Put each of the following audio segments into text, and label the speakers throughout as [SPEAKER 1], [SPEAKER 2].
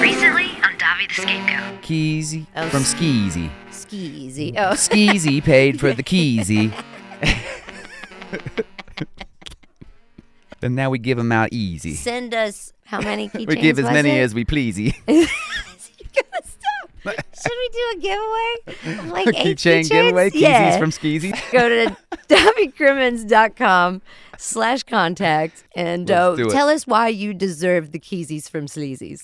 [SPEAKER 1] Recently on Davi the Scapegoat.
[SPEAKER 2] Keezy
[SPEAKER 3] Oh,
[SPEAKER 2] from
[SPEAKER 3] s-
[SPEAKER 2] Skeezy.
[SPEAKER 3] Skeezy. Oh,
[SPEAKER 2] Skeezy paid for the Keezy. and now we give 'em out easy.
[SPEAKER 3] send us how many keychains?
[SPEAKER 2] we give as
[SPEAKER 3] was
[SPEAKER 2] many
[SPEAKER 3] it?
[SPEAKER 2] as we pleasey.
[SPEAKER 3] You gotta stop. Should we do a giveaway? of Like
[SPEAKER 2] A
[SPEAKER 3] eight
[SPEAKER 2] keychain
[SPEAKER 3] keychains?
[SPEAKER 2] giveaway, Keezy's
[SPEAKER 3] yeah.
[SPEAKER 2] from Skeezy.
[SPEAKER 3] Go to DaviCrimmins.com slash contact and
[SPEAKER 2] Let's
[SPEAKER 3] uh,
[SPEAKER 2] do it.
[SPEAKER 3] tell us why you deserve the Keezies from Sleazy's.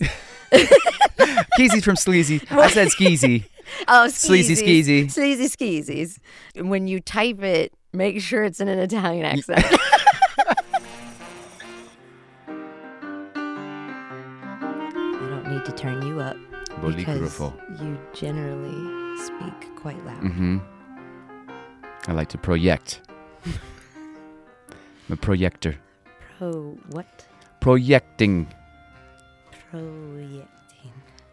[SPEAKER 2] Keezy's from Sleazy. I said Skeezy.
[SPEAKER 3] Oh,
[SPEAKER 2] Sleazy
[SPEAKER 3] skeezies.
[SPEAKER 2] skeezy.
[SPEAKER 3] Sleazy skeezies. When you type it, make sure it's in an Italian accent. I don't need to turn you up because
[SPEAKER 2] Boligrafo.
[SPEAKER 3] you generally speak quite loud.
[SPEAKER 2] hmm I like to project. I'm a projector.
[SPEAKER 3] Pro what?
[SPEAKER 2] Projecting.
[SPEAKER 3] Projecting.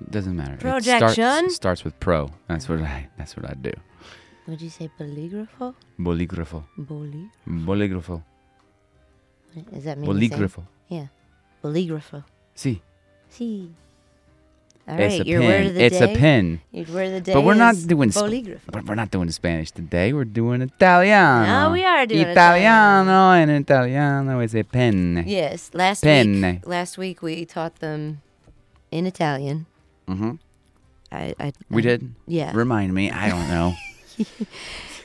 [SPEAKER 2] Doesn't matter. It
[SPEAKER 3] Projection?
[SPEAKER 2] starts, starts with pro. That's what I. That's what I do.
[SPEAKER 3] Would you say boligrafo?
[SPEAKER 2] Boligrafo.
[SPEAKER 3] Boli?
[SPEAKER 2] Boligrafo.
[SPEAKER 3] Does that mean the same?
[SPEAKER 2] Boligrafo.
[SPEAKER 3] Yeah. Boligrafo.
[SPEAKER 2] See,
[SPEAKER 3] See. All right,
[SPEAKER 2] it's a
[SPEAKER 3] your word
[SPEAKER 2] pen.
[SPEAKER 3] of the
[SPEAKER 2] It's
[SPEAKER 3] day.
[SPEAKER 2] a pen.
[SPEAKER 3] Your word of the day.
[SPEAKER 2] But we're not
[SPEAKER 3] is
[SPEAKER 2] doing. Sp-
[SPEAKER 3] boligrafo.
[SPEAKER 2] but we're not doing Spanish today. We're doing Italiano.
[SPEAKER 3] No, Oh, we are doing
[SPEAKER 2] Italiano. And Italiano is a pen.
[SPEAKER 3] Yes, last
[SPEAKER 2] Penne.
[SPEAKER 3] week. Last week we taught them in Italian.
[SPEAKER 2] Mm-hmm.
[SPEAKER 3] I, I
[SPEAKER 2] We did.
[SPEAKER 3] Yeah,
[SPEAKER 2] Remind me. I don't know.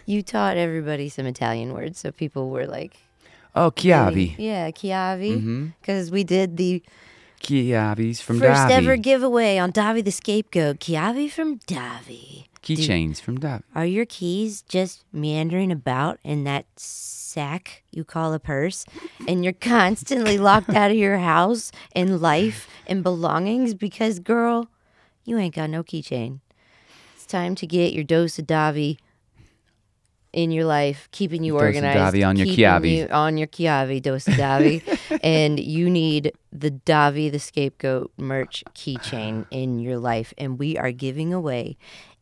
[SPEAKER 3] you taught everybody some Italian words, so people were like,
[SPEAKER 2] Oh,
[SPEAKER 3] really-
[SPEAKER 2] Chiavi.
[SPEAKER 3] Yeah, chiavi.
[SPEAKER 2] Mhm.
[SPEAKER 3] Because we did the
[SPEAKER 2] Chiavi's from
[SPEAKER 3] first
[SPEAKER 2] Davi.
[SPEAKER 3] ever giveaway on Davi the Scapegoat. Chiavi from Davi.
[SPEAKER 2] Keychains from Davi.
[SPEAKER 3] Are your keys just meandering about in that sack you call a purse? And you're constantly locked out of your house and life and belongings because, girl, you ain't got no keychain. It's time to get your dose of Davi in your life, keeping you
[SPEAKER 2] Dose of
[SPEAKER 3] organized.
[SPEAKER 2] Davi on your
[SPEAKER 3] keeping
[SPEAKER 2] Chiavi.
[SPEAKER 3] you on your Chiavi, dose of Davi. and you need the Davi the Scapegoat merch keychain in your life. And we are giving away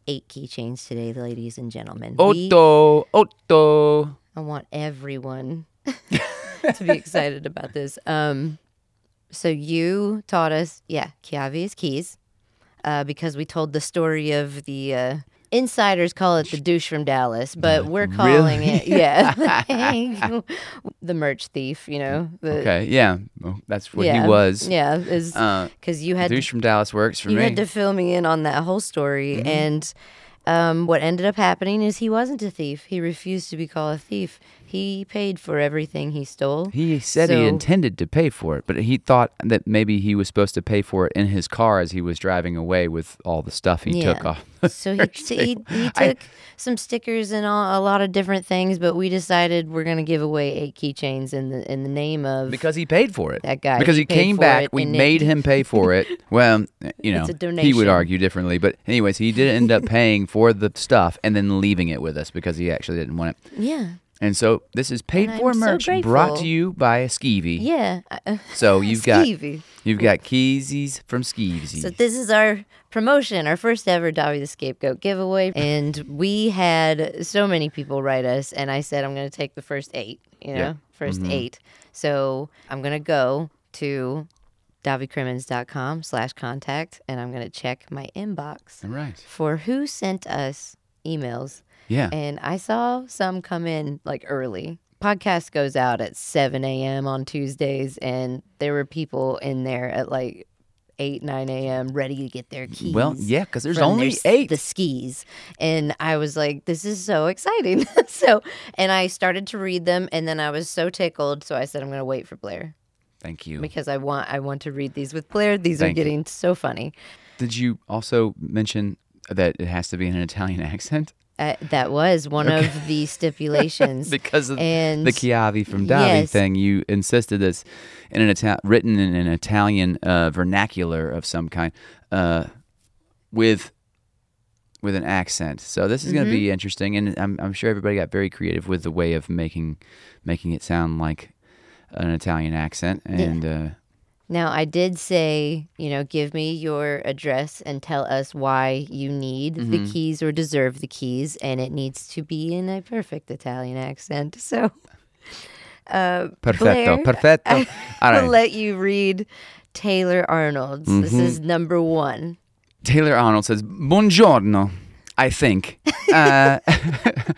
[SPEAKER 3] eight keychains today, ladies and gentlemen.
[SPEAKER 2] Oh,
[SPEAKER 3] We-
[SPEAKER 2] Otto. Otto.
[SPEAKER 3] I want everyone to be excited about this. Um, so you taught us, yeah, Chiavi is keys, uh, because we told the story of the uh, insiders call it the douche from Dallas, but we're calling it, yeah, the merch thief. You know, the,
[SPEAKER 2] Okay. Yeah. Well, that's what
[SPEAKER 3] yeah,
[SPEAKER 2] he was.
[SPEAKER 3] yeah, is
[SPEAKER 2] Uh,
[SPEAKER 3] because you had
[SPEAKER 2] Douche from Dallas works for
[SPEAKER 3] you
[SPEAKER 2] me.
[SPEAKER 3] had to fill me in on that whole story
[SPEAKER 2] Mm-hmm.
[SPEAKER 3] and um, what ended up happening is he wasn't a thief he refused to be called a thief he paid for everything he stole
[SPEAKER 2] He said he
[SPEAKER 3] So-
[SPEAKER 2] intended to pay for it, but he thought that maybe he was supposed to pay for it in his car as he was driving away with all the stuff he took off.
[SPEAKER 3] so he, t- he, he took
[SPEAKER 2] I-
[SPEAKER 3] some stickers and all, a lot of different things but we decided we're going to give away eight keychains in the in the name of
[SPEAKER 2] Because he paid for it.
[SPEAKER 3] That guy,
[SPEAKER 2] Because
[SPEAKER 3] he
[SPEAKER 2] he,
[SPEAKER 3] paid
[SPEAKER 2] came
[SPEAKER 3] for
[SPEAKER 2] back.
[SPEAKER 3] it,
[SPEAKER 2] We
[SPEAKER 3] and it-
[SPEAKER 2] made him pay for it. Well, you know,
[SPEAKER 3] It's a
[SPEAKER 2] he
[SPEAKER 3] donation.
[SPEAKER 2] would argue differently. But, anyways, he did end up paying for the stuff and then leaving it with us because he actually didn't want it.
[SPEAKER 3] yeah
[SPEAKER 2] And so this is paid
[SPEAKER 3] And
[SPEAKER 2] for
[SPEAKER 3] I'm so
[SPEAKER 2] merch brought
[SPEAKER 3] grateful.
[SPEAKER 2] to you by a skeevy.
[SPEAKER 3] yeah I- uh,
[SPEAKER 2] So you've got
[SPEAKER 3] Skeevy.
[SPEAKER 2] you've got Keezy's from Skeezy.
[SPEAKER 3] So this is our promotion, our first ever Dobby the Scapegoat giveaway, and we had so many people write us, and I said I'm going to take the first eight, you know,
[SPEAKER 2] Yeah.
[SPEAKER 3] 1st eight. So I'm going to go to DobbyCrimmins.com slash contact, and I'm going to check my inbox
[SPEAKER 2] All right.
[SPEAKER 3] for who sent us emails,
[SPEAKER 2] Yeah.
[SPEAKER 3] and I saw some come in like early. Podcast goes out at 7 a.m. on Tuesdays, and there were people in there at like 8, 9 a.m. ready to get their keys.
[SPEAKER 2] Well, yeah, because there's
[SPEAKER 3] from
[SPEAKER 2] only
[SPEAKER 3] their s-
[SPEAKER 2] eight.
[SPEAKER 3] The skis. And I was like, this is so exciting. so, and I started to read them, and then I was so tickled. So I said, I'm going to wait for Blair
[SPEAKER 2] Thank you.
[SPEAKER 3] because I want I want to read these with Blair. These are
[SPEAKER 2] Thank you.
[SPEAKER 3] getting so funny.
[SPEAKER 2] Did you also mention that it has to be in an Italian accent
[SPEAKER 3] Uh, that was one of the stipulations.
[SPEAKER 2] because of
[SPEAKER 3] and
[SPEAKER 2] the Chiavi from Davi
[SPEAKER 3] yes.
[SPEAKER 2] thing? You insisted it's in an Ita- written in an Italian uh, vernacular of some kind, uh, with with an accent. So this is going to be
[SPEAKER 3] Mm-hmm.
[SPEAKER 2] interesting, and I'm, I'm sure everybody got very creative with the way of making making it sound like an Italian accent. And uh,
[SPEAKER 3] Now, I did say, you know, give me your address and tell us why you need
[SPEAKER 2] Mm-hmm.
[SPEAKER 3] the keys or deserve the keys, and it needs to be in a perfect Italian accent. So, uh,
[SPEAKER 2] perfetto,
[SPEAKER 3] Blair,
[SPEAKER 2] perfetto. All
[SPEAKER 3] I'll
[SPEAKER 2] right.
[SPEAKER 3] let you read Taylor Arnold's. This is
[SPEAKER 2] Mm-hmm.
[SPEAKER 3] number one.
[SPEAKER 2] Taylor Arnold says, "Buongiorno." I think. Uh,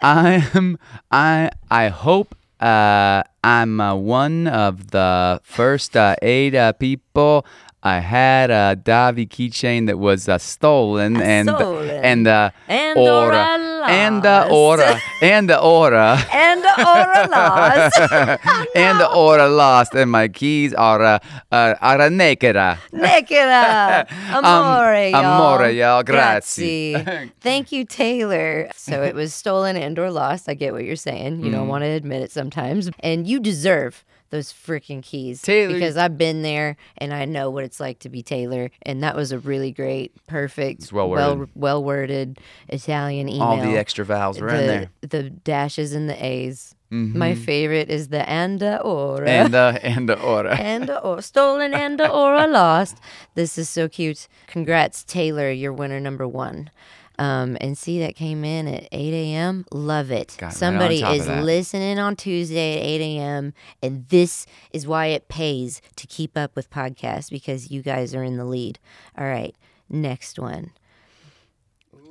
[SPEAKER 2] I am. I. I hope. Uh, I'm uh, one of the first uh, eight uh, people. I had a Davi keychain that was uh, stolen, and
[SPEAKER 3] Ah, Stolen.
[SPEAKER 2] and uh,
[SPEAKER 3] And or lost.
[SPEAKER 2] and uh, the aura and the aura
[SPEAKER 3] And Aura Laws.
[SPEAKER 2] and the aura lost, and my keys are uh, uh, are naked.
[SPEAKER 3] Nicola. Amore,
[SPEAKER 2] Um,
[SPEAKER 3] y'all.
[SPEAKER 2] amore, y'all. Grazie.
[SPEAKER 3] Thank you, Taylor. So it was stolen and or lost. I get what you're saying. You
[SPEAKER 2] Mm-hmm.
[SPEAKER 3] don't want to admit it sometimes. And you deserve those freaking keys.
[SPEAKER 2] Taylor-
[SPEAKER 3] Because I've been there and I know what it's like to be Taylor. And that was a really great, perfect,
[SPEAKER 2] well-worded.
[SPEAKER 3] well, well-worded Italian email.
[SPEAKER 2] All the extra vowels were
[SPEAKER 3] the,
[SPEAKER 2] in there. Mm-hmm.
[SPEAKER 3] the dashes and the A's. My favorite is the and uh, or.
[SPEAKER 2] and uh, and the aura.
[SPEAKER 3] and or stolen and or are lost. This is so cute. Congrats, Taylor. You're winner number one. Um, and see that came in at 8 a.m. Love it.
[SPEAKER 2] Got right on
[SPEAKER 3] Somebody
[SPEAKER 2] top of
[SPEAKER 3] is
[SPEAKER 2] that.
[SPEAKER 3] listening on Tuesday at 8 a.m. And this is why it pays to keep up with podcasts because you guys are in the lead. All right, next one.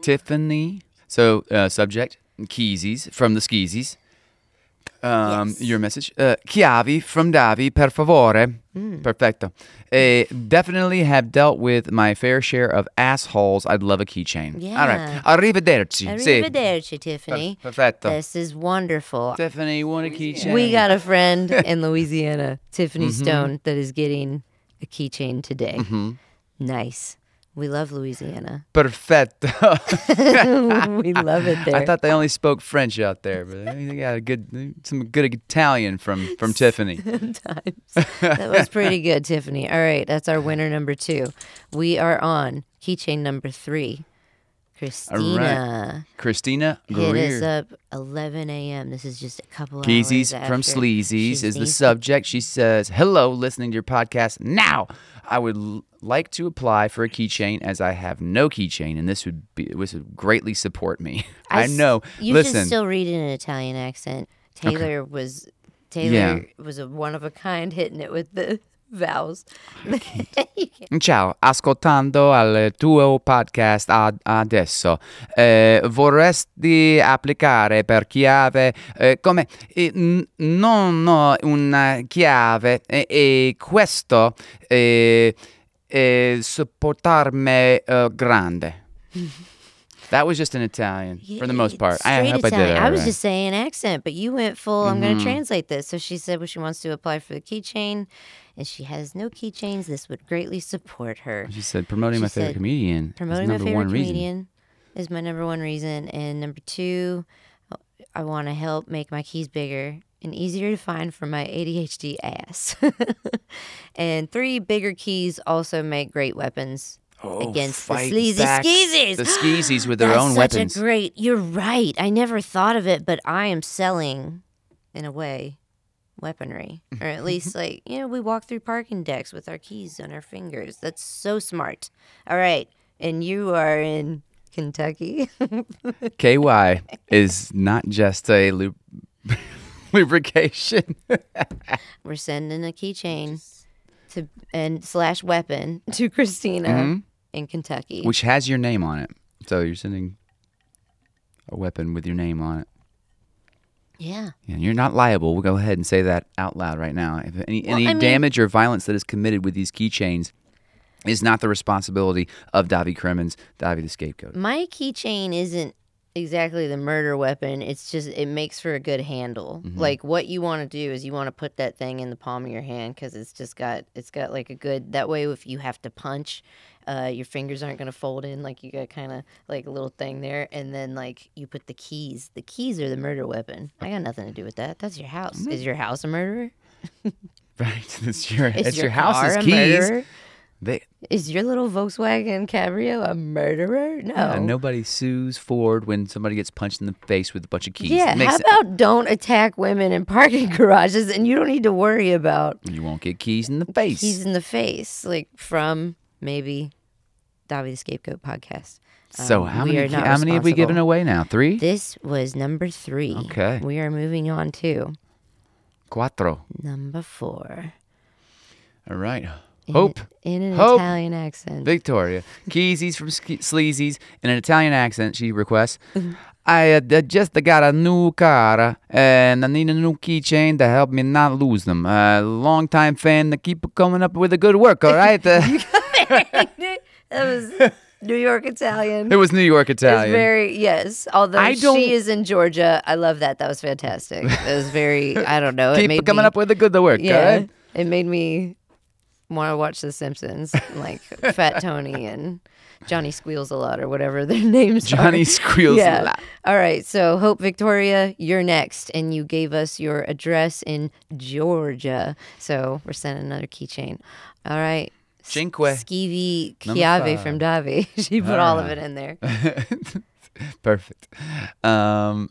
[SPEAKER 2] Tiffany. So uh, subject Keezies from the Skeezies. Um,
[SPEAKER 3] Yes.
[SPEAKER 2] Your message. Uh, chiavi from Davi, per favore.
[SPEAKER 3] Mm.
[SPEAKER 2] Perfecto. Eh, definitely have dealt with my fair share of assholes. I'd love a keychain. All
[SPEAKER 3] Yeah.
[SPEAKER 2] right. Arrivederci. Sì.
[SPEAKER 3] Arrivederci, Tiffany.
[SPEAKER 2] Perfetto.
[SPEAKER 3] This is wonderful.
[SPEAKER 2] Tiffany, you want a keychain?
[SPEAKER 3] We got a friend in Louisiana, Tiffany
[SPEAKER 2] Mm-hmm.
[SPEAKER 3] Stone, that is getting a keychain today. Nice. We love Louisiana.
[SPEAKER 2] Perfecto.
[SPEAKER 3] we love it there.
[SPEAKER 2] I thought they only spoke French out there, but they got a good, some good Italian from from Tiffany.
[SPEAKER 3] Sometimes. that was pretty good, Tiffany. All right, that's our winner number two. We are on keychain number three. Christina
[SPEAKER 2] Christina Greer.
[SPEAKER 3] hit us up 11 a.m. This is just a couple
[SPEAKER 2] Keezy's
[SPEAKER 3] hours
[SPEAKER 2] from
[SPEAKER 3] after
[SPEAKER 2] Sleazy's
[SPEAKER 3] she's
[SPEAKER 2] is the
[SPEAKER 3] sneezed.
[SPEAKER 2] subject. She says, Hello, listening to your podcast now. I would l- like to apply for a keychain as I have no keychain, and this would be this would greatly support me. I,
[SPEAKER 3] s-
[SPEAKER 2] know.
[SPEAKER 3] You
[SPEAKER 2] Listen,
[SPEAKER 3] should still read in an Italian accent. Taylor was Taylor
[SPEAKER 2] Yeah.
[SPEAKER 3] was a one of a kind, hitting it with the vowels.
[SPEAKER 2] ciao, ascoltando al tuo podcast ad- adesso. Eh, vorresti applicare per chiave eh, come eh, n- non ho una chiave e, e questo eh, eh, supportarmi eh, grande. That was just in Italian for the most part. I
[SPEAKER 3] Straight
[SPEAKER 2] hope I
[SPEAKER 3] Italian.
[SPEAKER 2] did it.
[SPEAKER 3] was
[SPEAKER 2] right. Mm-hmm.
[SPEAKER 3] just saying accent, but you went full. I'm going to translate this. So she said, well, she wants to apply for the keychain, and she has no keychains. This would greately support her.
[SPEAKER 2] She said promoting
[SPEAKER 3] she
[SPEAKER 2] my favorite
[SPEAKER 3] said,
[SPEAKER 2] comedian. is
[SPEAKER 3] Promoting my
[SPEAKER 2] number one
[SPEAKER 3] favorite
[SPEAKER 2] reason."
[SPEAKER 3] comedian is my number one reason, and number two, I want to help make my keys bigger and easier to find for my ADHD ass. and three, bigger keys also make great weapons
[SPEAKER 2] Oh,
[SPEAKER 3] against the
[SPEAKER 2] fight
[SPEAKER 3] sleazy
[SPEAKER 2] back
[SPEAKER 3] skeezies.
[SPEAKER 2] The skeezies with their
[SPEAKER 3] That's
[SPEAKER 2] own
[SPEAKER 3] such
[SPEAKER 2] weapons.
[SPEAKER 3] a great. You're right. I never thought of it, but I am selling, in a way, weaponry, or at least like you know, we walk through parking decks with our keys on our fingers. That's so smart. All right, and you are in Kentucky.
[SPEAKER 2] KY is not just a lu- lubrication.
[SPEAKER 3] We're sending a keychain to and slash weapon to Christina in Kentucky.
[SPEAKER 2] Which has your name on it. So you're sending a weapon with your name on it.
[SPEAKER 3] yeah.
[SPEAKER 2] And you're not liable. We'll go ahead and say that out loud right now. If any, any
[SPEAKER 3] I mean-
[SPEAKER 2] damage or violence that is committed with these keychains is not the responsibility of Davi Cremens, Davi the scapegoat.
[SPEAKER 3] my keychain isn't exactly the murder weapon it's just it makes for a good handle like what you want to do is you want to put that thing in the palm of your hand because it's just got it's got like a good that way if you have to punch uh, your fingers aren't going to fold in like you got kind of like a little thing there and then like you put the keys the keys are the murder weapon i got nothing to do with that that's your house is your house a murderer
[SPEAKER 2] Right. It's your,
[SPEAKER 3] is
[SPEAKER 2] it's your, house's
[SPEAKER 3] car a
[SPEAKER 2] keys.
[SPEAKER 3] murderer?
[SPEAKER 2] They,
[SPEAKER 3] is your little volkswagen cabrio a murderer no
[SPEAKER 2] yeah, nobody sues Ford when somebody gets punched in the face with a bunch of keys.
[SPEAKER 3] Yeah,
[SPEAKER 2] Makes-
[SPEAKER 3] how about don't attack women in parking garages and you don't need to worry about
[SPEAKER 2] you won't get keys in the face.
[SPEAKER 3] keys in the face, like from maybe Dobby the Scapegoat podcast.
[SPEAKER 2] So
[SPEAKER 3] Um,
[SPEAKER 2] how
[SPEAKER 3] we
[SPEAKER 2] many
[SPEAKER 3] are not
[SPEAKER 2] how many have we given
[SPEAKER 3] responsible.
[SPEAKER 2] away now? Three,
[SPEAKER 3] This was number three.
[SPEAKER 2] Okay.
[SPEAKER 3] We are moving on to
[SPEAKER 2] cuatro.
[SPEAKER 3] number four.
[SPEAKER 2] All right.
[SPEAKER 3] in-
[SPEAKER 2] Hope.
[SPEAKER 3] in an
[SPEAKER 2] Hope.
[SPEAKER 3] Italian accent.
[SPEAKER 2] Victoria. Keezy's from Ske- Sleazy's in an Italian accent. She requests,
[SPEAKER 3] Mm-hmm.
[SPEAKER 2] I uh, d- just got a new car and I need a new keychain to help me not lose them. Uh, long time fan, keep coming up with the good work, all right? Uh,
[SPEAKER 3] that was New York Italian.
[SPEAKER 2] it was New York
[SPEAKER 3] It's
[SPEAKER 2] Italian.
[SPEAKER 3] very yes. Although
[SPEAKER 2] I don't-
[SPEAKER 3] she is in Georgia, I love that. That was fantastic. It was very. I don't know. it
[SPEAKER 2] keep
[SPEAKER 3] made
[SPEAKER 2] coming
[SPEAKER 3] me,
[SPEAKER 2] up with the good work, all
[SPEAKER 3] Yeah,
[SPEAKER 2] right?
[SPEAKER 3] it made me want to watch The Simpsons, like Fat Tony and Johnny Squeals a lot or whatever their names
[SPEAKER 2] Johnny
[SPEAKER 3] are.
[SPEAKER 2] squeals a lot.
[SPEAKER 3] All right. So Hope Victoria, you're next, and you gave us your address in Georgia. So we're sending another keychain. All right. S-
[SPEAKER 2] Cinque.
[SPEAKER 3] Skeevy
[SPEAKER 2] Number
[SPEAKER 3] Chiave
[SPEAKER 2] five. Ah.
[SPEAKER 3] from Davi. she put all of it in there.
[SPEAKER 2] Perfect. Um,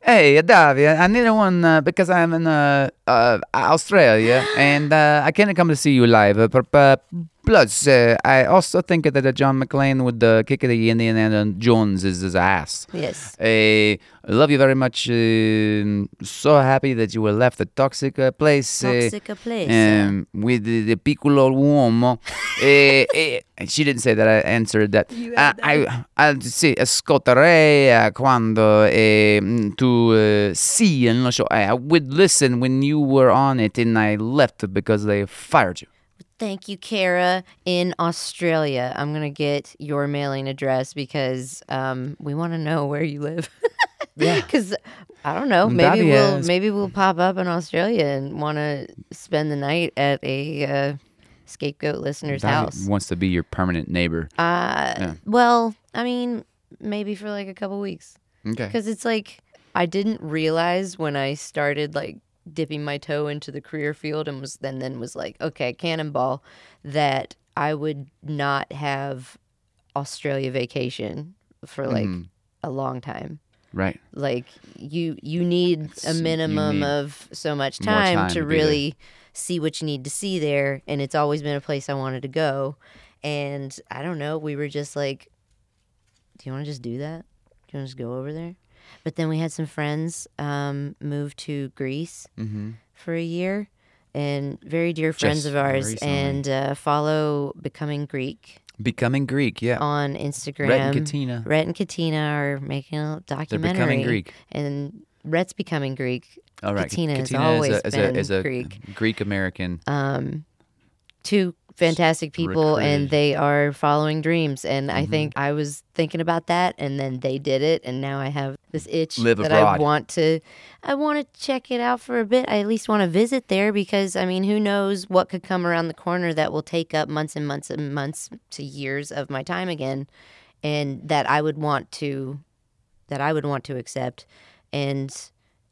[SPEAKER 2] hey, Davia, I need one uh, because I'm in uh, uh, Australia and uh, I can't come to see you live. Uh, but, uh, plus, uh, I also think that uh, John McClane with the kick of the Indian and uh, Jones is his ass.
[SPEAKER 3] Yes.
[SPEAKER 2] I love you very much. Um so happy that you were left the toxic uh, place. uh,
[SPEAKER 3] Toxic a place.
[SPEAKER 2] um, with the, the piccolo uomo. eh, eh, and she didn't say that. I answered that. I, I, I sì, ascolterei eh, quando eh, mm, tu eh, sì non lo so. Eh, I, I would listen when you were on it, and I left because they fired you.
[SPEAKER 3] Thank you, Kara, in Australia. I'm going to get your mailing address because um, we want to know where you live. Because I don't know, maybe
[SPEAKER 2] Bobby
[SPEAKER 3] we'll
[SPEAKER 2] has-
[SPEAKER 3] maybe we'll pop up in Australia and want to spend the night at a uh, scapegoat listener's house.
[SPEAKER 2] wants to be your permanent neighbor.
[SPEAKER 3] Uh,
[SPEAKER 2] Yeah.
[SPEAKER 3] Well, I mean, maybe for like a couple weeks.
[SPEAKER 2] Okay.
[SPEAKER 3] Because it's like I didn't realize when I started like dipping my toe into the career field and was then then was like, okay, cannonball, that I would not have Australia vacation for like
[SPEAKER 2] Mhm.
[SPEAKER 3] a long time.
[SPEAKER 2] Right.
[SPEAKER 3] Like you you need a
[SPEAKER 2] you
[SPEAKER 3] minimum
[SPEAKER 2] need
[SPEAKER 3] of so much
[SPEAKER 2] more
[SPEAKER 3] time,
[SPEAKER 2] time
[SPEAKER 3] to,
[SPEAKER 2] to be there.
[SPEAKER 3] really see what you need to see there and it's always been a place I wanted to go and I don't know, we were just like do you want to just do that? Do you want to just go over there? But then we had some friends um, move to Greece
[SPEAKER 2] Mm-hmm.
[SPEAKER 3] for a year, and very dear friends
[SPEAKER 2] Just
[SPEAKER 3] of ours,
[SPEAKER 2] recently.
[SPEAKER 3] and uh, follow Becoming Greek
[SPEAKER 2] Becoming Greek. Yeah.
[SPEAKER 3] on Instagram.
[SPEAKER 2] Oh. Rhett and Katina.
[SPEAKER 3] Rhett and Katina are making a
[SPEAKER 2] They're
[SPEAKER 3] documentary.
[SPEAKER 2] becoming Greek.
[SPEAKER 3] and Rhett's becoming Greek.
[SPEAKER 2] All right.
[SPEAKER 3] Katina has always been Greek.
[SPEAKER 2] Greek American.
[SPEAKER 3] Um, two fantastic people,
[SPEAKER 2] recruited.
[SPEAKER 3] and they are following dreams. And
[SPEAKER 2] Mm-hmm.
[SPEAKER 3] I think I was thinking about that, and then they did it, and now I have this itch
[SPEAKER 2] Live
[SPEAKER 3] that
[SPEAKER 2] abroad.
[SPEAKER 3] I want to. I want to check it out for a bit. I at least want to visit there because I mean, who knows what could come around the corner that will take up months and months and months to years of my time again, and that I would want to, that I would want to accept, and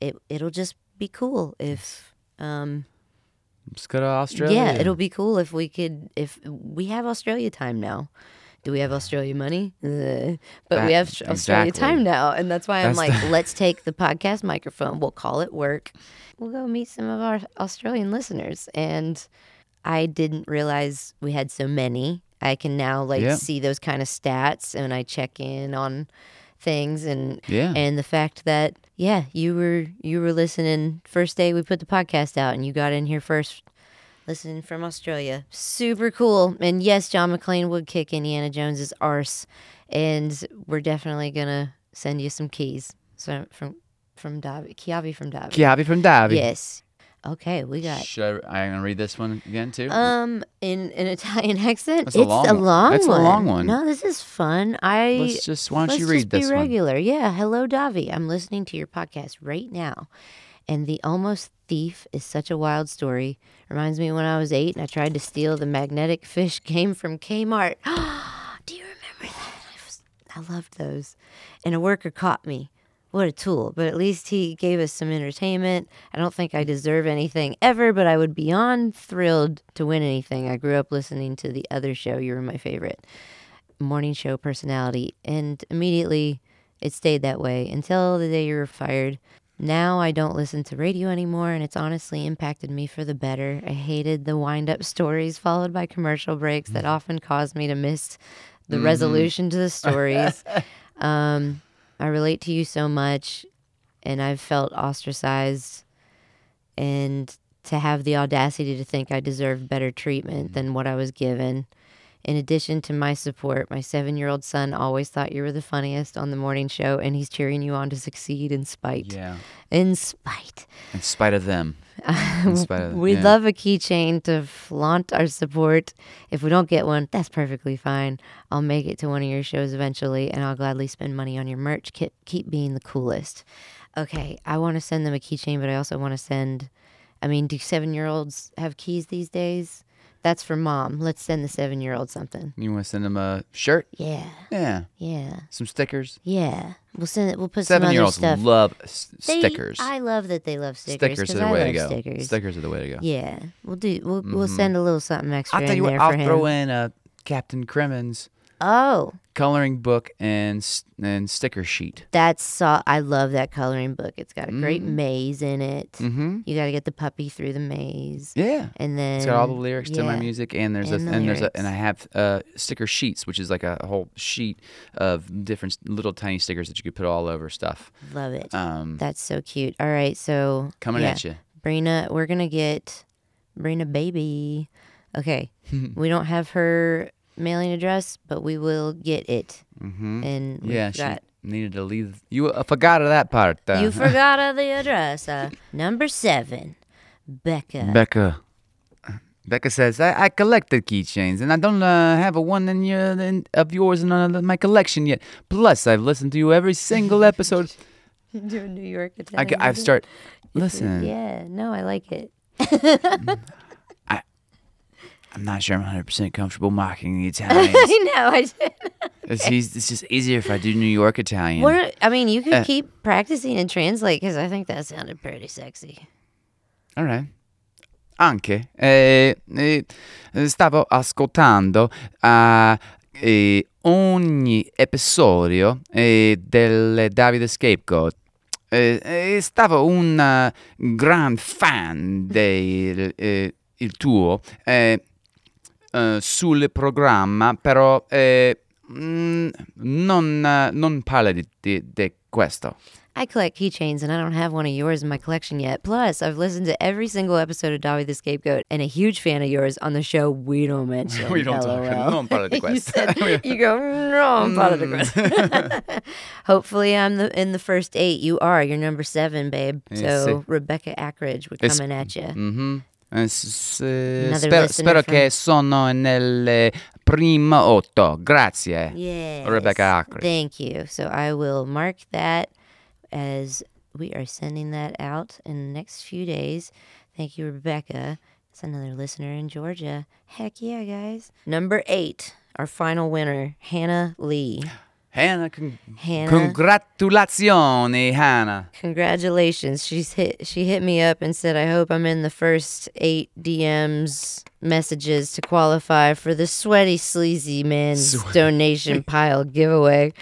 [SPEAKER 3] it it'll just be cool if. Um,
[SPEAKER 2] Let's go to Australia.
[SPEAKER 3] yeah, it'll be cool if we could. If we have Australia time now, do we have Australia money? Uh, but
[SPEAKER 2] That-
[SPEAKER 3] we have Australia
[SPEAKER 2] exactly.
[SPEAKER 3] time now, and that's why I'm
[SPEAKER 2] That's
[SPEAKER 3] like,
[SPEAKER 2] the-
[SPEAKER 3] let's take the podcast microphone. We'll call it work. We'll go meet some of our Australian listeners, and I didn't realize we had so many. I can now like
[SPEAKER 2] Yeah.
[SPEAKER 3] see those kind of stats, and I check in on things and
[SPEAKER 2] Yeah.
[SPEAKER 3] and the fact that yeah you were you were listening first day we put the podcast out and you got in here first listening from australia super cool and yes john mcclain would kick indiana jones's arse and we're definitely gonna send you some keys so from from davi kiavi from davi
[SPEAKER 2] Chiavi from Davi.
[SPEAKER 3] yes okay we got
[SPEAKER 2] Should I, I'm gonna read this one again too?
[SPEAKER 3] um in an italian accent
[SPEAKER 2] That's
[SPEAKER 3] it's
[SPEAKER 2] a long
[SPEAKER 3] a
[SPEAKER 2] one.
[SPEAKER 3] long
[SPEAKER 2] That's a
[SPEAKER 3] one
[SPEAKER 2] long one.
[SPEAKER 3] no this is fun i
[SPEAKER 2] Mm. let's just why don't
[SPEAKER 3] Let's
[SPEAKER 2] you
[SPEAKER 3] just
[SPEAKER 2] read
[SPEAKER 3] be
[SPEAKER 2] this one?
[SPEAKER 3] regular. Yeah. Hello, Davi. I'm listening to your podcast right now. And The Almost Thief is such a wild story. Reminds me when I was eight and I tried to steal the magnetic fish game from Kmart. Do you remember that? I, was, I loved those. And a worker caught me. What a tool. But at least he gave us some entertainment. I don't think I deserve anything ever, but I would be beyond thrilled to win anything. I grew up listening to the other show. You were my favorite morning show personality, and immediately it stayed that way until the day you were fired. Now I don't listen to radio anymore, and it's honestly impacted me for the better. I hated the wind up stories followed by commercial breaks that often caused me to miss the resolution to the stories. um, I relate to you so much, and I've felt ostracized and to have the audacity to think I deserved better treatment than what I was given. In addition to my support, my seven year old son always thought you were the funniest on the morning show, and he's cheering you on to succeed in spite.
[SPEAKER 2] Yeah.
[SPEAKER 3] In spite.
[SPEAKER 2] In spite of them. In spite of them.
[SPEAKER 3] We'd
[SPEAKER 2] Uh, yeah.
[SPEAKER 3] love a keychain to flaunt our support. If we don't get one, that's perfectly fine. I'll make it to one of your shows eventually, and I'll gladly spend money on your merch. Keep, keep being the coolest. Okay, I want to send them a keychain, but I also want to send. I mean, do seven year olds have keys these days? That's for mom. Let's send the seven year old something.
[SPEAKER 2] You want to send them a shirt?
[SPEAKER 3] Yeah,
[SPEAKER 2] Yeah.
[SPEAKER 3] yeah,
[SPEAKER 2] Some stickers.
[SPEAKER 3] yeah. We'll send it. We'll put
[SPEAKER 2] Seven
[SPEAKER 3] some
[SPEAKER 2] year
[SPEAKER 3] other
[SPEAKER 2] olds
[SPEAKER 3] stuff.
[SPEAKER 2] love s-
[SPEAKER 3] They-
[SPEAKER 2] stickers.
[SPEAKER 3] I love that they love stickers.
[SPEAKER 2] stickers are
[SPEAKER 3] 'cause
[SPEAKER 2] the
[SPEAKER 3] I
[SPEAKER 2] way to
[SPEAKER 3] love
[SPEAKER 2] go.
[SPEAKER 3] Stickers.
[SPEAKER 2] stickers are the way to go.
[SPEAKER 3] Yeah, we'll do. We'll, we'll send a little something extra
[SPEAKER 2] Mm-hmm. I'll tell you
[SPEAKER 3] in
[SPEAKER 2] what,
[SPEAKER 3] there
[SPEAKER 2] I'll
[SPEAKER 3] for him.
[SPEAKER 2] throw in a Captain Crimmins
[SPEAKER 3] Oh,
[SPEAKER 2] coloring book and s- and sticker sheet.
[SPEAKER 3] that's so. I love that coloring book. It's got a great maze in it.
[SPEAKER 2] Mm-hmm.
[SPEAKER 3] You got to get the puppy through the maze,
[SPEAKER 2] Yeah.
[SPEAKER 3] and then
[SPEAKER 2] It's got all the lyrics to my
[SPEAKER 3] yeah.
[SPEAKER 2] music, and there's
[SPEAKER 3] And
[SPEAKER 2] a
[SPEAKER 3] the
[SPEAKER 2] and there's a and I
[SPEAKER 3] lyrics.
[SPEAKER 2] have uh, sticker sheets, which is like a whole sheet of different s- little tiny stickers that you could put all over stuff.
[SPEAKER 3] Love it.
[SPEAKER 2] Um,
[SPEAKER 3] that's so cute. All right, so
[SPEAKER 2] coming
[SPEAKER 3] yeah.
[SPEAKER 2] at you.
[SPEAKER 3] Brina, we're gonna get Brina baby. Okay, we don't have her mailing address, but we will get it.
[SPEAKER 2] Mm-hmm.
[SPEAKER 3] And we
[SPEAKER 2] yeah,
[SPEAKER 3] got
[SPEAKER 2] she needed to leave. You uh, forgot that part. Uh,
[SPEAKER 3] you forgot of the address. Uh, number seven, Becca.
[SPEAKER 2] Becca. Becca says, I, I collected keychains and I don't uh, have a one in your, in, of yours in uh, my collection yet. Plus, I've listened to you every single episode.
[SPEAKER 3] Do a New York
[SPEAKER 2] I,
[SPEAKER 3] Italian.
[SPEAKER 2] g- I start, listen,
[SPEAKER 3] Yeah, no, I like it.
[SPEAKER 2] I'm not sure I'm 100% comfortable mocking the Italians.
[SPEAKER 3] I know. I did.
[SPEAKER 2] it's, eas- it's just easier if I do New York Italian.
[SPEAKER 3] What are- I mean, you could
[SPEAKER 2] Uh,
[SPEAKER 3] keep practicing and translate because I think that sounded pretty sexy.
[SPEAKER 2] All right. Anche. eh, eh, stavo ascoltando ah, eh, ogni episodio eh, del Davide Scapegoat. Eh, eh, stavo un ah, gran fan del eh, il tuo eh, eh, sul programma, però eh, mm, non, ah, non parla di, di- di questo.
[SPEAKER 3] I collect keychains and I don't have one of yours in my collection yet. Plus, I've listened to every single episode of Dobby the Scapegoat and a huge fan of yours on the show We Don't Mention.
[SPEAKER 2] We don't talk-
[SPEAKER 3] LOL.
[SPEAKER 2] non parlo di
[SPEAKER 3] you,
[SPEAKER 2] questo.
[SPEAKER 3] said, you go, no, I'm part of the
[SPEAKER 2] Mm.
[SPEAKER 3] question. Hopefully, I'm the, in the first eight. You are. You're number seven, babe.
[SPEAKER 2] Eh,
[SPEAKER 3] So, Rebecca Ackridge, we're
[SPEAKER 2] It's-
[SPEAKER 3] coming at you.
[SPEAKER 2] Mhm. Eh, s- eh,
[SPEAKER 3] Another
[SPEAKER 2] spero
[SPEAKER 3] listener
[SPEAKER 2] spero
[SPEAKER 3] from-
[SPEAKER 2] che sono nel primo otto. Grazie.
[SPEAKER 3] Yeah.
[SPEAKER 2] Rebecca Ackridge.
[SPEAKER 3] Thank you. So, I will mark that as we are sending that out in the next few days. Thank you, Rebecca. It's another listener in Georgia. Heck yeah, guys. Number eight, our final winner, Hannah Lee.
[SPEAKER 2] Hannah, con-
[SPEAKER 3] Hannah.
[SPEAKER 2] congratulazioni, Hannah.
[SPEAKER 3] Congratulations. She's hit she hit me up and said, I hope I'm in the first eight DMs messages to qualify for the sweaty sleazy man's donation pile giveaway.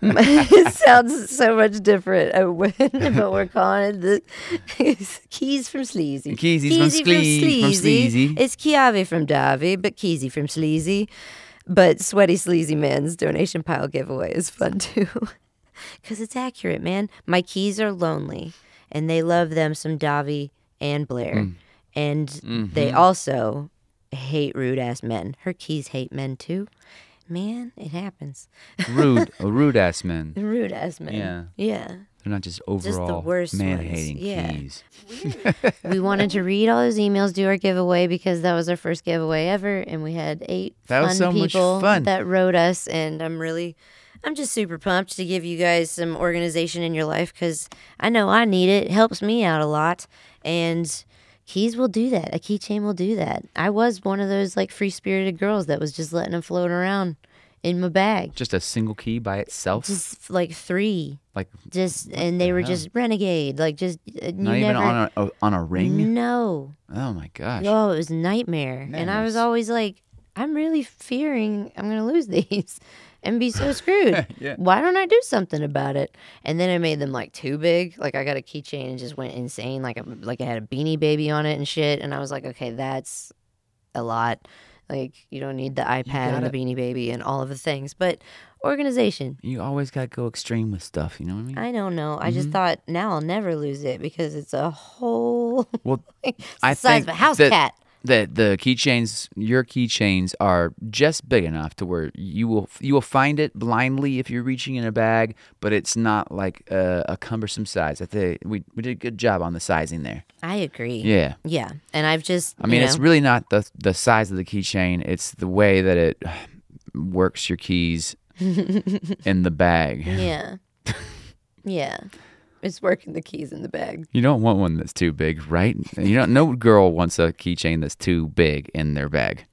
[SPEAKER 3] it sounds so much different, I wouldn't, but we're calling it the keys from sleazy.
[SPEAKER 2] Keezy from Slee- from Sleazy.
[SPEAKER 3] It's Chiave from Davi, but Keezy from sleazy. But sweaty sleazy man's donation pile giveaway is fun too. Because it's accurate, man. My keys are lonely, and they love them some Davi and Blair. And they also hate rude ass men. Her keys hate men too. Man, it happens.
[SPEAKER 2] Rude, rude ass men.
[SPEAKER 3] Rude ass men.
[SPEAKER 2] Yeah.
[SPEAKER 3] Yeah.
[SPEAKER 2] They're not just overall
[SPEAKER 3] worst ones,
[SPEAKER 2] man-hating
[SPEAKER 3] yeah.
[SPEAKER 2] keys.
[SPEAKER 3] we wanted to read all those emails, do our giveaway because that was our first giveaway ever, and we had eight
[SPEAKER 2] That
[SPEAKER 3] fun
[SPEAKER 2] was so much
[SPEAKER 3] people
[SPEAKER 2] fun.
[SPEAKER 3] that wrote us, and I'm really, I'm just super pumped to give you guys some organization in your life because I know I need it. It helps me out a lot, and keys will do that. A keychain will do that. I was one of those like free spirited girls that was just letting them float around in my bag,
[SPEAKER 2] Just a single key by itself,
[SPEAKER 3] just like three.
[SPEAKER 2] like
[SPEAKER 3] Just and they were
[SPEAKER 2] hell?
[SPEAKER 3] just renegade, like just uh, you
[SPEAKER 2] not
[SPEAKER 3] never,
[SPEAKER 2] even on a on a ring.
[SPEAKER 3] No,
[SPEAKER 2] Oh my gosh.
[SPEAKER 3] Oh, it was a nightmare. And I was
[SPEAKER 2] Nightmares.
[SPEAKER 3] always like, I'm really fearing I'm going to lose these and be so screwed.
[SPEAKER 2] Yeah.
[SPEAKER 3] Why don't I do something about it? And then I made them like too big. Like I got a keychain and just went insane. Like, I, like I had a beanie baby on it and shit. And I was like, okay, that's a lot. Like you don't need the iPad and the
[SPEAKER 2] gotta-
[SPEAKER 3] beanie baby and all of the things. But organization.
[SPEAKER 2] You always gotta go Mm. extreme with stuff. You know what I mean?
[SPEAKER 3] I don't know. I just thought now I'll never lose it because it's a whole cool.
[SPEAKER 2] Well,
[SPEAKER 3] It's
[SPEAKER 2] I
[SPEAKER 3] the size
[SPEAKER 2] think
[SPEAKER 3] of a house
[SPEAKER 2] that-
[SPEAKER 3] cat.
[SPEAKER 2] that the keychains, your keychains, are just big enough to where you will you will find it blindly if you're reaching in a bag, but it's not like a, a cumbersome size. I think we we did a good job on the sizing there.
[SPEAKER 3] I agree.
[SPEAKER 2] Yeah.
[SPEAKER 3] Yeah. And I've just
[SPEAKER 2] I mean,
[SPEAKER 3] you
[SPEAKER 2] it's
[SPEAKER 3] know,
[SPEAKER 2] really not the the size of the keychain; it's the way that it works your keys in the bag.
[SPEAKER 3] Yeah. yeah. It's working the keys in the bag.
[SPEAKER 2] You don't want one that's too big, right? You don't. No girl wants a keychain that's too big in their bag.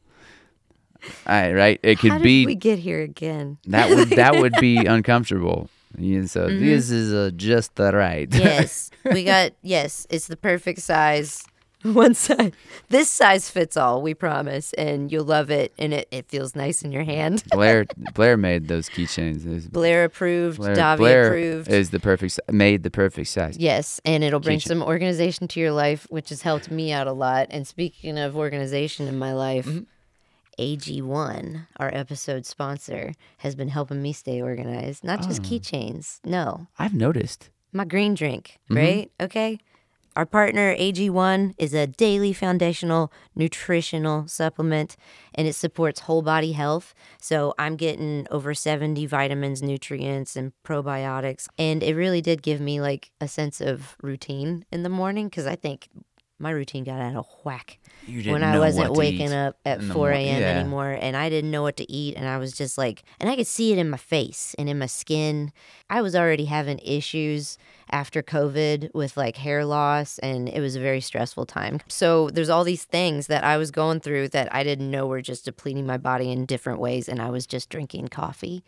[SPEAKER 2] I, right? It could
[SPEAKER 3] How did
[SPEAKER 2] be
[SPEAKER 3] we get here again?
[SPEAKER 2] that would that would be uncomfortable. Yeah, so
[SPEAKER 3] Mm-hmm.
[SPEAKER 2] this is uh, just the right.
[SPEAKER 3] yes. We got yes, it's the perfect size. One size. This size fits all, we promise, and you'll love it and it, it feels nice in your hand.
[SPEAKER 2] Blair Blair made those keychains. It was-
[SPEAKER 3] Blair approved,
[SPEAKER 2] Blair,
[SPEAKER 3] Davi
[SPEAKER 2] Blair
[SPEAKER 3] approved.
[SPEAKER 2] is the perfect si- made the perfect size.
[SPEAKER 3] Yes, and it'll bring
[SPEAKER 2] Keychain.
[SPEAKER 3] some organization to your life, which has helped me out a lot. And speaking of organization in my life, AG1, our episode sponsor, has been helping me stay organized. Not just keychains, no,
[SPEAKER 2] I've noticed.
[SPEAKER 3] my green drink,
[SPEAKER 2] Mm-hmm.
[SPEAKER 3] right? Okay. Our partner, AG1, is a daily foundational nutritional supplement and it supports whole body health. So I'm getting over 70 vitamins, nutrients, and probiotics. And it really did give me like a sense of routine in the morning because I think my routine got out of whack
[SPEAKER 2] You
[SPEAKER 3] when
[SPEAKER 2] didn't
[SPEAKER 3] I
[SPEAKER 2] know
[SPEAKER 3] wasn't
[SPEAKER 2] what to
[SPEAKER 3] waking
[SPEAKER 2] eat.
[SPEAKER 3] up at
[SPEAKER 2] in the
[SPEAKER 3] 4
[SPEAKER 2] mor-
[SPEAKER 3] a.m.
[SPEAKER 2] yeah.
[SPEAKER 3] anymore and I didn't know what to eat. And I was just like, and I could see it in my face and in my skin. I was already having issues after COVID with like hair loss, and it was a very stressful time. So there's all these things that I was going through that I didn't know were just depleting my body in different ways. And I was just drinking coffee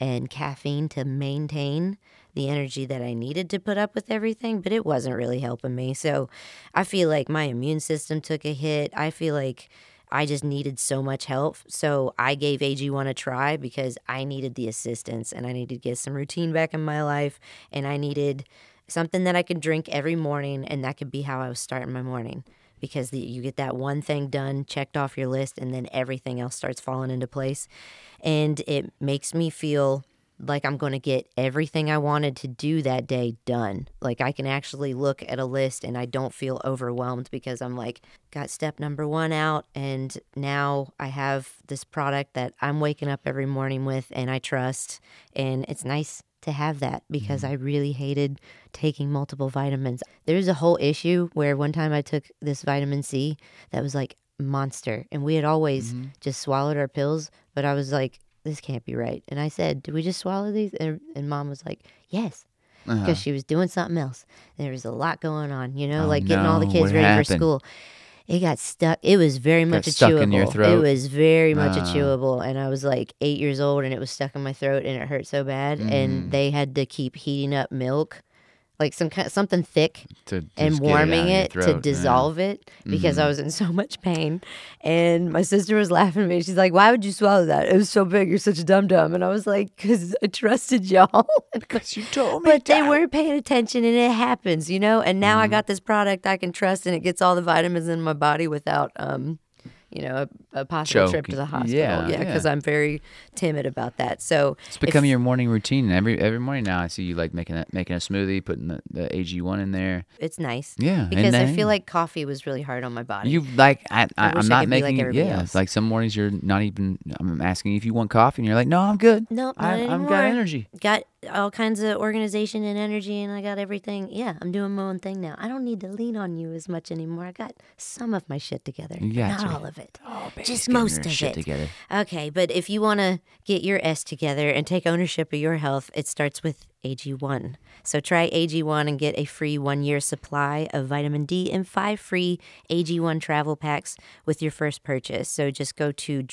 [SPEAKER 3] and caffeine to maintain the energy that I needed to put up with everything, but it wasn't really helping me. So I feel like my immune system took a hit. I feel like I just needed so much help. So I gave AG1 a try because I needed the assistance and I needed to get some routine back in my life and I needed something that I could drink every morning and that could be how I was starting my morning because the, you get that one thing done, checked off your list, and then everything else starts falling into place. And it makes me feel like I'm going to get everything I wanted to do that day done. Like I can actually look at a list and I don't feel overwhelmed because I'm like, got step number one out. And now I have this product that I'm waking up every morning with and I trust. And it's nice to have that because I really hated taking multiple vitamins. There's a whole issue where one time I took this vitamin C that was like monster and we had always
[SPEAKER 2] Mm-hmm.
[SPEAKER 3] just swallowed our pills, but I was like this can't be right. And I said, "Do we just swallow these?" And, and mom was like, "Yes." Because
[SPEAKER 2] Uh-huh.
[SPEAKER 3] she was doing something else. There was a lot going on, you know,
[SPEAKER 2] Oh,
[SPEAKER 3] like getting all the
[SPEAKER 2] no.
[SPEAKER 3] kids
[SPEAKER 2] What
[SPEAKER 3] ready for
[SPEAKER 2] happened?
[SPEAKER 3] school. It got stuck. It was very much a
[SPEAKER 2] stuck
[SPEAKER 3] chewable.
[SPEAKER 2] in your
[SPEAKER 3] It
[SPEAKER 2] throat?
[SPEAKER 3] was very much a
[SPEAKER 2] Ah.
[SPEAKER 3] chewable, and I was like eight years old, and it was stuck in my throat, and it hurt so bad.
[SPEAKER 2] Mm.
[SPEAKER 3] And they had to keep heating up milk, like some kind, something thick,
[SPEAKER 2] To just
[SPEAKER 3] and
[SPEAKER 2] get it out of
[SPEAKER 3] warming
[SPEAKER 2] your
[SPEAKER 3] it, to
[SPEAKER 2] throat, yeah. Mm-hmm.
[SPEAKER 3] dissolve it because I was in so much pain. And my sister was laughing at me. She's like, "Why would you swallow that? It was so big. You're such a dum dum." And I was like, "Cause I trusted y'all."
[SPEAKER 2] You told me.
[SPEAKER 3] but they weren't paying attention, and it happens, you know. And now I
[SPEAKER 2] Mm-hmm.
[SPEAKER 3] got this product I can trust, and it gets all the vitamins in my body without, um, you know, a, a possible trip to
[SPEAKER 2] Choking.
[SPEAKER 3] the hospital.
[SPEAKER 2] Yeah,
[SPEAKER 3] yeah, because
[SPEAKER 2] yeah.
[SPEAKER 3] I'm very timid about that. So
[SPEAKER 2] It's become your morning routine. Every every morning now, I see you like making a, making a smoothie, putting the, the AG1 in there.
[SPEAKER 3] it's nice.
[SPEAKER 2] Yeah, and
[SPEAKER 3] because I
[SPEAKER 2] then-
[SPEAKER 3] feel like coffee was really hard on my body.
[SPEAKER 2] You like I,
[SPEAKER 3] I
[SPEAKER 2] I,
[SPEAKER 3] wish I
[SPEAKER 2] am not
[SPEAKER 3] could be like
[SPEAKER 2] making
[SPEAKER 3] everybody
[SPEAKER 2] yeah.
[SPEAKER 3] else.
[SPEAKER 2] Like some mornings you're not even. I'm asking if you want coffee, and you're like, no, I'm good.
[SPEAKER 3] Nope, not
[SPEAKER 2] I, I'm got
[SPEAKER 3] anymore."
[SPEAKER 2] energy.
[SPEAKER 3] got all kinds of organization and energy and I got everything. Yeah, I'm doing my own thing now. I don't need to lean on you as much anymore. I got some of my shit together.
[SPEAKER 2] You got
[SPEAKER 3] Not
[SPEAKER 2] to.
[SPEAKER 3] all of it.
[SPEAKER 2] Just
[SPEAKER 3] Just most of
[SPEAKER 2] shit
[SPEAKER 3] it.
[SPEAKER 2] together.
[SPEAKER 3] Okay, but if you want to get your S together and take ownership of your health, it starts with AG1. So try AG1 and get a free one year supply of vitamin D and five free AG1 travel packs with your first purchase. So just go to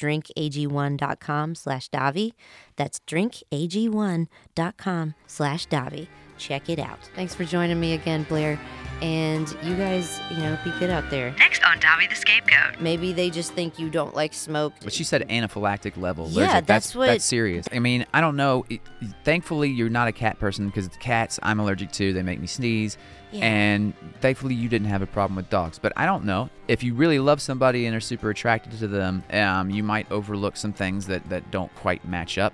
[SPEAKER 3] drinkag1.com slash Davi. That's drinkag1.com slash Davi. Check it out. Thanks for joining me again, Blair. And you guys, you know, be good out there.
[SPEAKER 1] Next on Davi the Scapegoat.
[SPEAKER 3] Maybe they just think you don't like smoke.
[SPEAKER 2] But she said anaphylactic level.
[SPEAKER 3] Yeah,
[SPEAKER 2] allergic.
[SPEAKER 3] that's
[SPEAKER 2] that's
[SPEAKER 3] what-
[SPEAKER 2] That's serious. I mean, I don't know. It- Thankfully, you're not a cat person because cats I'm allergic to. They make me sneeze.
[SPEAKER 3] Yeah.
[SPEAKER 2] And thankfully, you didn't have a problem with dogs. But I don't know. If you really love somebody and are super attracted to them, um, you might overlook some things that, that don't quite match up.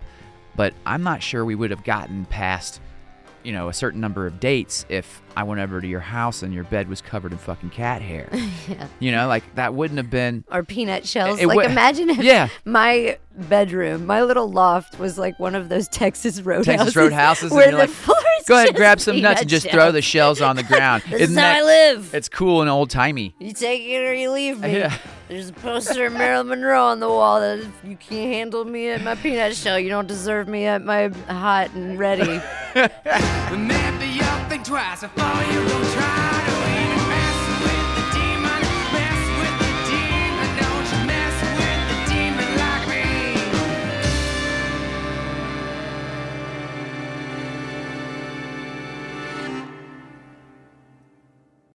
[SPEAKER 2] But I'm not sure we would have gotten past you know, a certain number of dates if I went over to your house and your bed was covered in fucking cat hair. yeah. You know, like that wouldn't have been
[SPEAKER 3] or peanut shells.
[SPEAKER 2] It
[SPEAKER 3] like
[SPEAKER 2] wa-
[SPEAKER 3] imagine if
[SPEAKER 2] Yeah.
[SPEAKER 3] my bedroom, my little loft, was like one of those Texas roadhouses.
[SPEAKER 2] Roadhouses, and
[SPEAKER 3] where
[SPEAKER 2] you're
[SPEAKER 3] the
[SPEAKER 2] like,
[SPEAKER 3] floor is
[SPEAKER 2] Go ahead,
[SPEAKER 3] just
[SPEAKER 2] grab some nuts
[SPEAKER 3] peanut
[SPEAKER 2] and just throw the
[SPEAKER 3] shells.
[SPEAKER 2] shells on the ground.
[SPEAKER 3] This is how I live.
[SPEAKER 2] It's cool and old timey.
[SPEAKER 3] You take it or you leave me.
[SPEAKER 2] Yeah.
[SPEAKER 3] There's a poster of Marilyn Monroe on the wall that if you can't handle me at my peanut shell, you don't deserve me at my hot and ready.
[SPEAKER 4] Maybe you'll think twice before you go try to